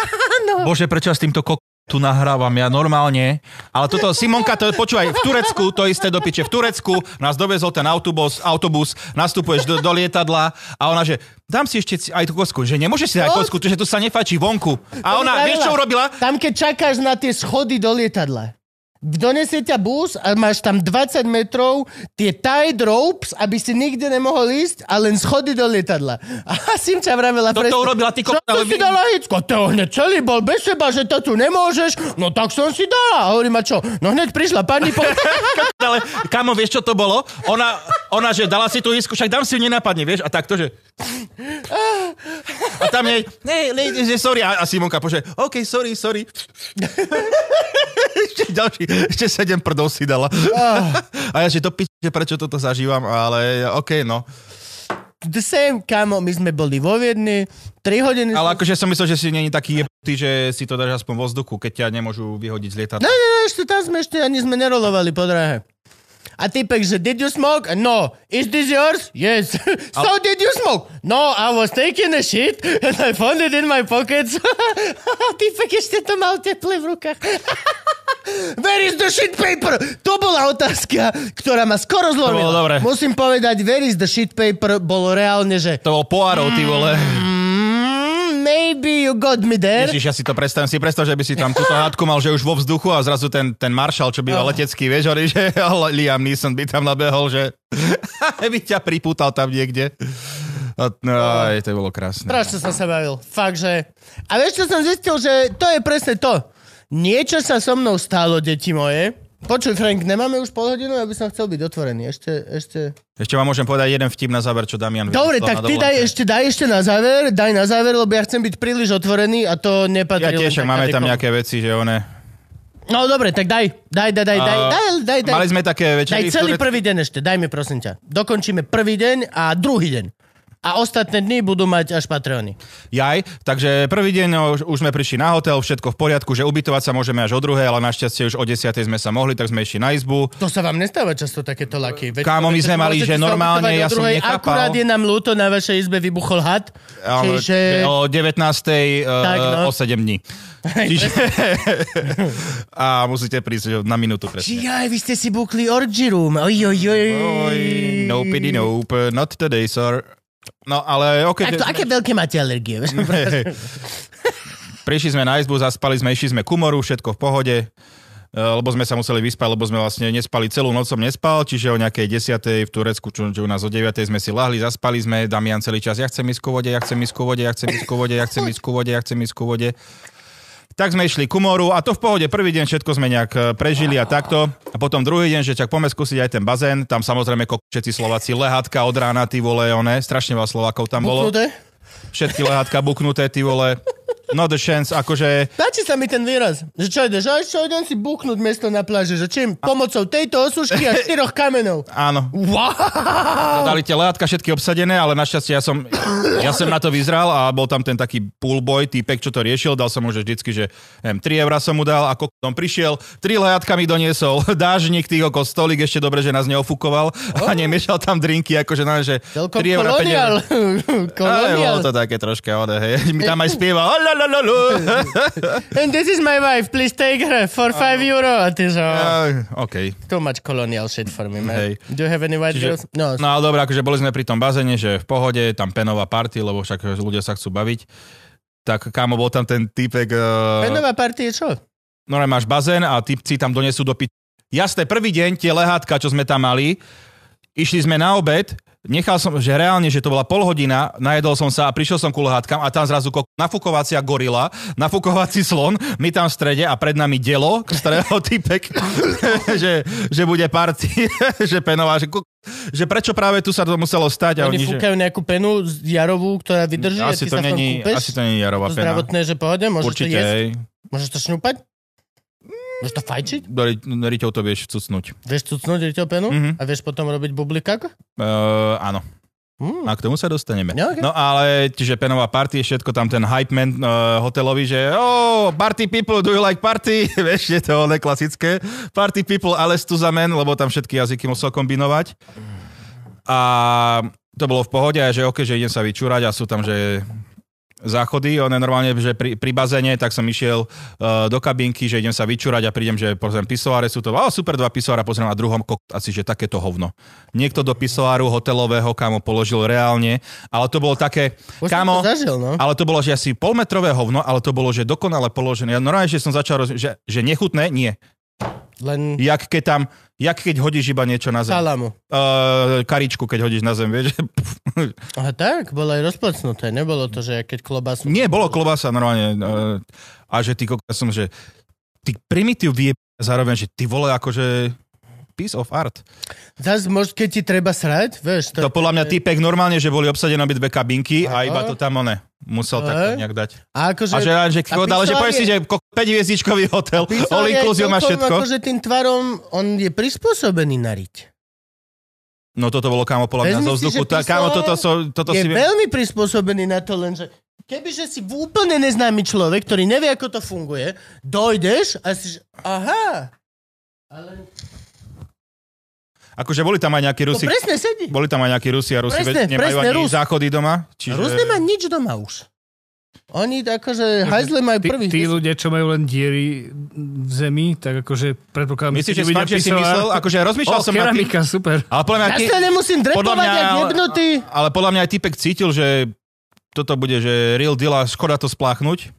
S2: Áno.
S1: Bože, prečo ja s týmto kok tu nahrávam ja normálne, ale toto, Simonka, to je- počúvaj, v Turecku, to isté do piče, v Turecku nás dovezol ten autobus, autobus nastupuješ do, do lietadla a ona, že dám si ešte ci- aj tú kosku, že nemôžeš si dať
S2: No.
S1: kosku, že tu sa nefačí vonku. A ona,
S2: Spravila.
S1: vieš čo urobila?
S2: Tam, keď čakáš na tie schody do lietadla, donesie ťa bus a máš tam 20 metrov tie tied ropes, aby si nikde nemohol ísť a len schody do lietadla. A Simča vravela
S1: Toto
S2: presne,
S1: No urobila ty
S2: Čo
S1: kokot, ale
S2: to si
S1: vy-
S2: dala Hicko? To hneď celý bol bez seba, že to tu nemôžeš. No tak som si dala. A hovorím, a čo? No hneď prišla pani po...
S1: Ale kamo, vieš čo to bolo? Ona, ona že dala si tú isku, však dám si ju nenápadne, vieš? A takto, že... A tam jej, ne, ne, ne, sorry. A, a Simonka pože, OK, sorry, sorry. ešte ďalší, ešte sedem prdov si dala. a ja, že to piče, prečo toto zažívam, ale OK, no.
S2: The same, kamo, my sme boli vo Viedni, 3 hodiny...
S1: Ale akože som myslel, že si není taký jebutý, že si to dáš aspoň vo vzduchu, keď ťa nemôžu vyhodiť z lietadla.
S2: Ne, ne, ne, ešte tam sme ešte ani sme nerolovali po drahe. A typek, že did you smoke? No. Is this yours? Yes. so did you smoke? No, I was taking a shit and I found it in my pockets. A typek ešte to mal teple v rukách. Where is the shit paper? To bola otázka, ktorá ma skoro zlomila.
S1: bolo dobre.
S2: Musím povedať, where is the shit paper bolo reálne, že
S1: To bol poárov, ty vole.
S2: mm, maybe you got me there.
S1: Ježiš, ja si to predstavím, si predstav, že by si tam túto hádku mal, že už vo vzduchu a zrazu ten, ten maršal, čo
S2: No.
S1: býva letecký, vieš, hovorí, že Liam Neeson by tam nabehol, že by ťa pripútal tam niekde. A, no, aj, to bolo krásne.
S2: Strašne som sa bavil. Fakt, že... A vieš, čo som zistil? Že to je presne to. Niečo sa so mnou stalo, deti moje. Počuj, Frank, nemáme už pol hodinu, ja by som chcel byť otvorený. Ešte, ešte...
S1: Ešte vám môžem povedať jeden vtip na záver, čo Damian
S2: Dobre,
S1: vymyslel
S2: tak
S1: na
S2: ty daj
S1: dovolenke.
S2: ešte, daj ešte na záver, daj na záver, lebo ja chcem byť príliš otvorený a to nepatrí.
S1: Ja tiež, však
S2: len tak
S1: máme
S2: na
S1: tam
S2: niekoho.
S1: nejaké veci, že one...
S2: No dobre, tak daj, daj, daj, daj, daj,
S1: A-
S2: daj, daj, daj.
S1: Mali sme také
S2: Daj
S1: večery, v
S2: celý
S1: Turecku-
S2: prvý deň ešte, daj mi prosím ťa. Dokončíme prvý deň a druhý deň. A ostatné dny budú mať až Patreony.
S1: Jaj, takže prvý deň no, už, už sme prišli na hotel, všetko v poriadku, že ubytovať sa môžeme až o druhej, ale našťastie už o desiatej sme sa mohli, tak sme išli na izbu.
S2: To sa vám nestáva často takéto laky. Veď
S1: Kámo, my sme mali, že normálne, ja som nechápal.
S2: Akurát je nám ľúto, na vašej izbe vybuchol had.
S1: Áno,
S2: Čiže...
S1: o 19.
S2: Tak,
S1: Tak, o
S2: no.
S1: 7 dní. Čiže... a musíte prísť na minútu presne.
S2: Či aj, vy ste si bukli orgy room. Oj, oj, oj.
S1: Oj, no pity, nope, not today, sir. No ale ok.
S2: Tak to, aké veľké máte alergie? vieš?
S1: Prišli sme na izbu, zaspali sme, išli sme k umoru, všetko v pohode. eh, Lebo sme sa museli vyspať, lebo sme vlastne nespali celú noc, som nespal, čiže o nejakej 10. v Turecku, čo, čo u nás o 9. sme si lahli, zaspali sme, Damian celý čas, ja chcem ísť ku vode, ja chcem ísť ku vode, ja chcem ísť ku vode, ja chcem ísť ku vode, ja chcem ísť ku vode. Tak sme išli k umoru a to v pohode, prvý deň všetko sme nejak eh, prežili a takto. A potom druhý deň, že čak poďme skúsiť aj ten bazén, tam samozrejme ko- všetci Slováci, lehátka od rána, ty vole, one, strašne veľa Slovákov tam bolo
S2: Buknuté?
S1: všetky lehátka buknuté, ty vole. not a chance, akože...
S2: Páči sa mi ten výraz, že čo ideš, že čo idem si buknúť miesto na pláži, že čím? Pomocou tejto osušky a štyroch kamenov.
S1: Áno,
S2: Wow!
S1: dali tie leátka všetky obsadené, ale našťastie ja som, ja som na to vyzral a bol tam ten taký poolboy, týpek, čo to riešil, dal som mu že vždycky, že neviem, 3 eurá som mu dal, ako on prišiel, 3 leátka mi doniesol, dážnik tých okolo stolík, ešte dobre, že nás neofukoval a nemiešal tam drinky, akože na že
S2: Celkom
S1: 3 eurá, 5 eur.
S2: koloniál.
S1: Ale bolo
S2: koloniál.
S1: to také troška, ale hej, mi tam aj spieval. "Alalalalu."
S2: And this is my wife, please take her for 5 euro. A ty že, oh,
S1: Aj, OK.
S2: too much colonial shit for me, man.
S1: Hej.
S2: Do you have any white girls?
S1: Čiže,
S2: No,
S1: no ale dobré, akože boli sme pri tom bazéne, že v pohode, tam penová party, lebo však ľudia sa chcú baviť. Tak kámo, bol tam ten typek... Uh,
S2: Penová party je čo?
S1: normálne máš bazén a typci tam donesú do piť. Jasné, prvý deň tie lehátka, čo sme tam mali, išli sme na obed, nechal som, že reálne, že to bola pol hodina, najedol som sa a prišiel som ku lehátkam a tam zrazu kok- nafukovacia gorila, nafukovací slon, my tam v strede a pred nami delo, starého typek, že, že bude party, že penová, že, ko- že prečo práve tu sa to muselo stať. A oni,
S2: Oni
S1: že,
S2: fúkajú nejakú penu z- jarovú, ktorá vydrží a
S1: asi, to
S2: ty sa v tom
S1: není,
S2: kúpeš?
S1: asi to není jarová
S2: To
S1: pena.
S2: zdravotné, že pohode? Môžeš
S1: Určite,
S2: to jesť?
S1: hej.
S2: Môžeš to šňupať? Môžeš to fajčiť?
S1: Do ri- Riťou to vieš vcucnúť.
S2: Vieš cucnúť riteľ penu?
S1: Mhm.
S2: A vieš potom robiť bublikák?
S1: Uh, áno.
S2: Mm.
S1: A k tomu sa dostaneme.
S2: No, okay.
S1: No ale, čiže penová party, všetko tam ten hype man uh, hotelový, že oh, party people, do you like party? Vieš, je to oné klasické. Party people, ale tu za men, lebo tam všetky jazyky musel kombinovať. A to bolo v pohode, a že ok, že idem sa vyčúrať a sú tam, že záchody, on je normálne, že pri, pri bazéne, tak som išiel uh, do kabinky, že idem sa vyčúrať a prídem, že pozriem pisoáre, sú to, oh, super, dva pisoára, pozriem na druhom, kok, asi, že takéto hovno. Niekto do pisoáru hotelového, kámo, položil reálne, ale to bolo také,
S2: Už som
S1: kámo,
S2: to zažil, no.
S1: ale to bolo, že asi polmetrové hovno, ale to bolo, že dokonale položené. Ja normálne, že som začal, roz... že, že nechutné, nie.
S2: Len
S1: Jak keď tam, jak keď hodíš iba niečo na zem.
S2: salamu.
S1: Uh, karičku, keď hodíš na zem, vieš. že-
S2: Aha, tak, bolo aj rozplacnuté. Nebolo to, že keď klobásu...
S1: Nie, bolo klobasa normálne. Uh, a že ty kokos som, že ty primitív vie zároveň, že ty vole akože piece of art.
S2: Zas mož, keď ti treba srať, vieš,
S1: To
S2: to...
S1: podľa mňa typek normálne, že boli obsadené obi dve kabinky a
S2: Aha.
S1: iba to tam one musel
S2: Hej.
S1: tak nejak dať.
S2: A akože...
S1: A že, a že,
S2: a
S1: ale že
S2: pizza
S1: povieš si,
S2: je-
S1: že 5 hviezdičkový hotel,
S2: pizza
S1: all
S2: je
S1: inclusive má
S2: celkom
S1: všetko.
S2: Akože tým tvarom, on je prispôsobený na riť.
S1: No toto bolo kámo podľa mňa
S2: Vezmi
S1: zo
S2: si,
S1: vzduchu.
S2: že
S1: Tá,
S2: pizza
S1: kámo, toto, so, toto
S2: je
S1: si...
S2: veľmi prispôsobený na to, lenže kebyže si úplne neznámy človek, ktorý nevie, ako to funguje, dojdeš a si, že aha, ale
S1: Akože boli tam aj nejakí
S2: to
S1: Rusi.
S2: No presne sedí.
S1: Boli tam aj nejakí Rusi a Rusi
S2: Presne,
S1: veď nemajú
S2: presne
S1: ani
S2: Rus.
S1: záchody doma. Čiže...
S2: Rus nemá nič doma už. Oni akože hajzle majú
S3: Tí,
S2: prvých.
S3: tí ľudia, čo majú len diery v zemi, tak akože predpokladám,
S1: Myslíš, že
S3: keď
S1: fakt, že si
S3: pisoár-
S1: myslel, akože rozmýšľal
S3: O,
S1: som nad tým,
S3: keramika, super.
S1: ale podľa mňa,
S2: Ja
S1: ke-
S2: sa nemusím
S1: podľa
S2: drepovať,
S1: mňa,
S2: jak
S1: ale-
S2: jebnutý.
S1: ale podľa mňa aj typek cítil, že toto bude, že real deal a škoda to spláchnuť.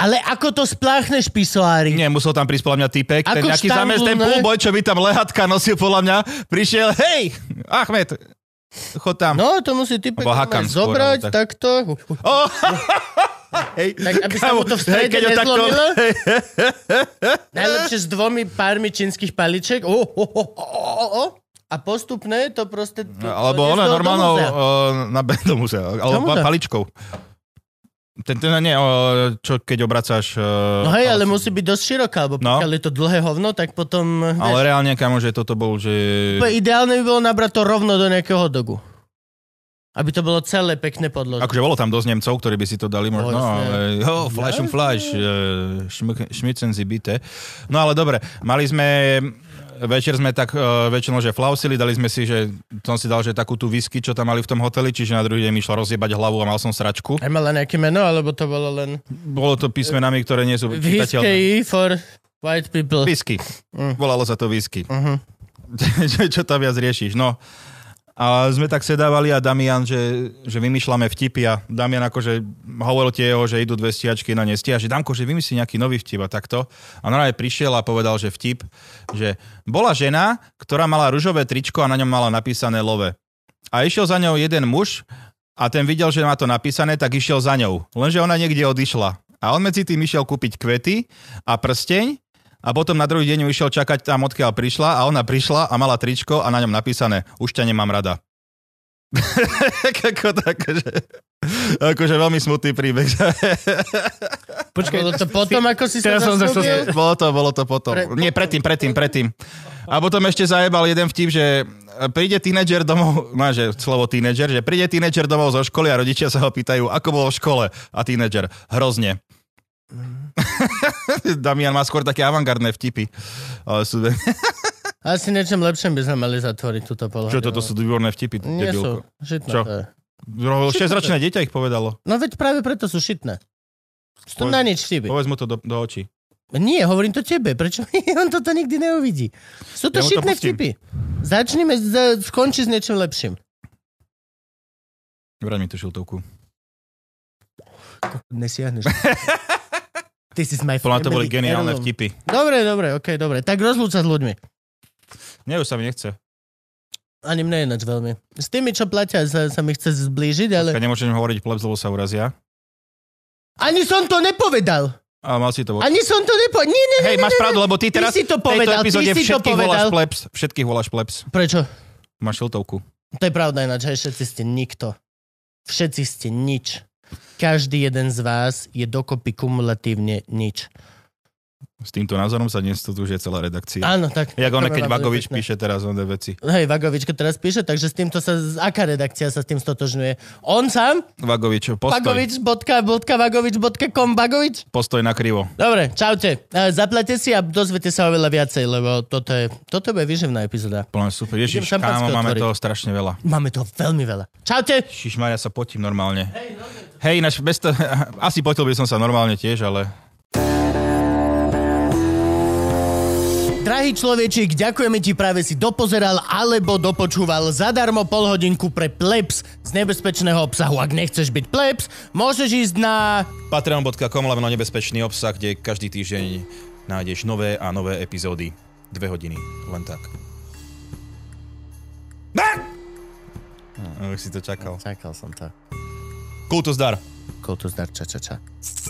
S2: Ale ako to spláchneš, pisoári?
S1: Nie, musel tam prísť podľa mňa typek. Ten
S2: Ako v
S1: nejaký
S2: Štambule,
S1: zamest, ten
S2: ne?
S1: poolboj, čo by tam lehatka nosil podľa mňa, prišiel, hej, Achmed, chod tam. No.
S2: No, to musí typek
S1: Alebo Hakan
S2: normálne
S1: skôr,
S2: zobrať,
S1: alebo tak.
S2: takto.
S1: Oh, hej,
S2: Tak aby sa mu to v
S1: hej,
S2: strede
S1: keď ho takto-
S2: nezlomilo. Najlepšie s dvomi pármi čínskych paliček. O, o, o, o, o, o. A postupne to proste... To,
S1: No, Alebo ona normálnou, o, na be- do muzea, alebo
S2: Čomu to?
S1: pa, paličkou. Ten, ten, nie, o, čo keď obracáš... O,
S2: No hej, ale
S1: palcom.
S2: musí byť dosť široká, lebo
S1: e, No.
S2: pokiaľ je to dlhé hovno, tak potom...
S1: Ale
S2: Ale...
S1: reálne, kamo, že toto bol, že...
S2: Vieš, ideálne by bolo nabrať to rovno do nejakého dogu. Aby to bolo celé pekné podložie.
S1: Akože bolo tam dosť Nemcov, ktorí by si to dali možno,
S2: No,
S1: no,
S2: jasné.
S1: ale jo, flash and flash, eh, šmik- šmicen si bite. No ale dobre, mali sme, večer sme tak eh, väčšinou, že flausili, dali sme si, že som si dal, že takú tú whisky, čo tam mali v tom hoteli, čiže na druhý deň mi išlo rozjebať hlavu a mal som sračku.
S2: Aj mala nejaké meno, alebo to bolo len...
S1: Bolo to písmenami, ktoré nie sú čitateľné.
S2: Whiskey for white people.
S1: Whisky.
S2: Mm.
S1: Volalo sa to whisky.
S2: Mhm.
S1: čo, čo tam viac riešiš. No. A sme tak sedávali a Damian, že, že vymýšľame vtipy a Damian akože hovoril tie jeho, že idú dve stiačky na nesti a že Damko, že vymyslí nejaký nový vtip a takto. A normálne prišiel a povedal, že vtip, že bola žena, ktorá mala ružové tričko a na ňom mala napísané love. A išiel za ňou jeden muž a ten videl, že má to napísané, tak išiel za ňou. Lenže ona niekde odišla. A on medzi tým išiel kúpiť kvety a prsteň a potom na druhý deň ju išiel čakať tam, odkiaľ prišla a ona prišla a mala tričko a na ňom napísané Už ťa nemám rada. Kako tak, akože, akože veľmi smutný príbeh.
S3: Počkaj,
S2: Bolo to potom, ako si sa
S3: Teraz som začal-
S2: zasnúbil?
S1: bolo to, bolo to potom.
S2: Pre-
S1: Nie, predtým, predtým, predtým. A potom ešte zajebal jeden vtip, že e, príde tínedžer domov, má, že slovo tínedžer, že príde tínedžer domov zo školy a rodičia sa ho pýtajú, ako bolo v škole. A tínedžer, hrozne. Damian má skôr také avantgardné vtipy. Ale sú,
S2: Asi niečím lepším by sme mali zatvoriť túto polohu.
S1: čo toto sú výborné vtipy?
S2: Nie
S1: debilko.
S2: sú. Žitné.
S1: Čo?
S2: to je.
S1: Ro- Šesťročné dieťa ich povedalo.
S2: No veď práve preto sú šitné. Sú
S1: Povedz-
S2: na nič vtipy.
S1: Povedz mu to do, do očí.
S2: Nie, hovorím to tebe. Prečo mi on toto nikdy neuvidí? Sú to
S1: Ja mu to
S2: šitné
S1: pustím.
S2: vtipy. Začnime, z, skonči s niečím lepším.
S1: Vrať mi tú šiltovku.
S2: Nesiahneš. This is my
S1: Podľa mňa to boli
S2: family
S1: geniálne
S2: heirloom.
S1: vtipy.
S2: Dobre, dobre, okej, dobre. Tak rozlúč sa s ľuďmi.
S1: Mne už sa mi nechce.
S2: Ani mne ináč veľmi. S tými, čo platia, sa, sa mi chce zblížiť, ale...
S1: Ale... Nemôžem hovoriť plebs, lebo sa urazia.
S2: Ani som to nepovedal!
S1: A mal si to vo...
S2: Ani som to nepovedal! Nie, nie, nie,
S1: Hej, máš pravdu, lebo ty teraz
S2: si
S1: v
S2: to
S1: tejto
S2: povedal, ty
S1: epizóde
S2: si to
S1: všetkých voláš
S2: povedal.
S1: plebs. Všetkých voláš plebs.
S2: Prečo?
S1: Máš šiltovku.
S2: No To je pravda ináč, hej, všetci ste nikto. Všetci ste nič. Každý jeden z vás je dokopy kumulatívne nič.
S1: S týmto názorom sa dnes tu už je celá redakcia. A...
S2: Áno, tak.
S1: Jak
S2: to
S1: on,
S2: je
S1: keď
S2: veľmi
S1: Vagovič
S2: pekné.
S1: píše teraz on veci.
S2: Hej, Vagovička teraz píše, takže s týmto sa, aká redakcia sa s tým stotožňuje? On sám?
S1: Vagovič, postoj. Vagovič.
S2: Vagovič.vagovič.com Vagovič?
S1: Postoj na krivo.
S2: Dobre, čaute. E, Zaplate si a dozviete sa oveľa viacej, lebo toto je, toto bude výživná epizóda.
S1: Plne super. Ježiš,
S2: Idem
S1: kámo,
S2: šampanské
S1: máme
S2: otvoriť.
S1: toho strašne veľa.
S2: Máme toho veľmi veľa. Čaute!
S1: Ježiš, Maria, sa potím normálne. Hej, ináč bez to... Asi potil by som sa normálne tiež, ale...
S2: Drahý človečik, ďakujeme ti práve si dopozeral alebo dopočúval zadarmo pol hodinku pre plebs z nebezpečného obsahu. Ak nechceš byť plebs, môžeš ísť na...
S1: Patreon.com lomeno nebezpečný obsah, kde každý týždeň nájdeš nové a nové epizódy. Dve hodiny, len tak. Už si to čakal.
S2: Čakal som to.
S1: Hm, Kultus dar.
S2: Kultus dar, ča, ča, ča.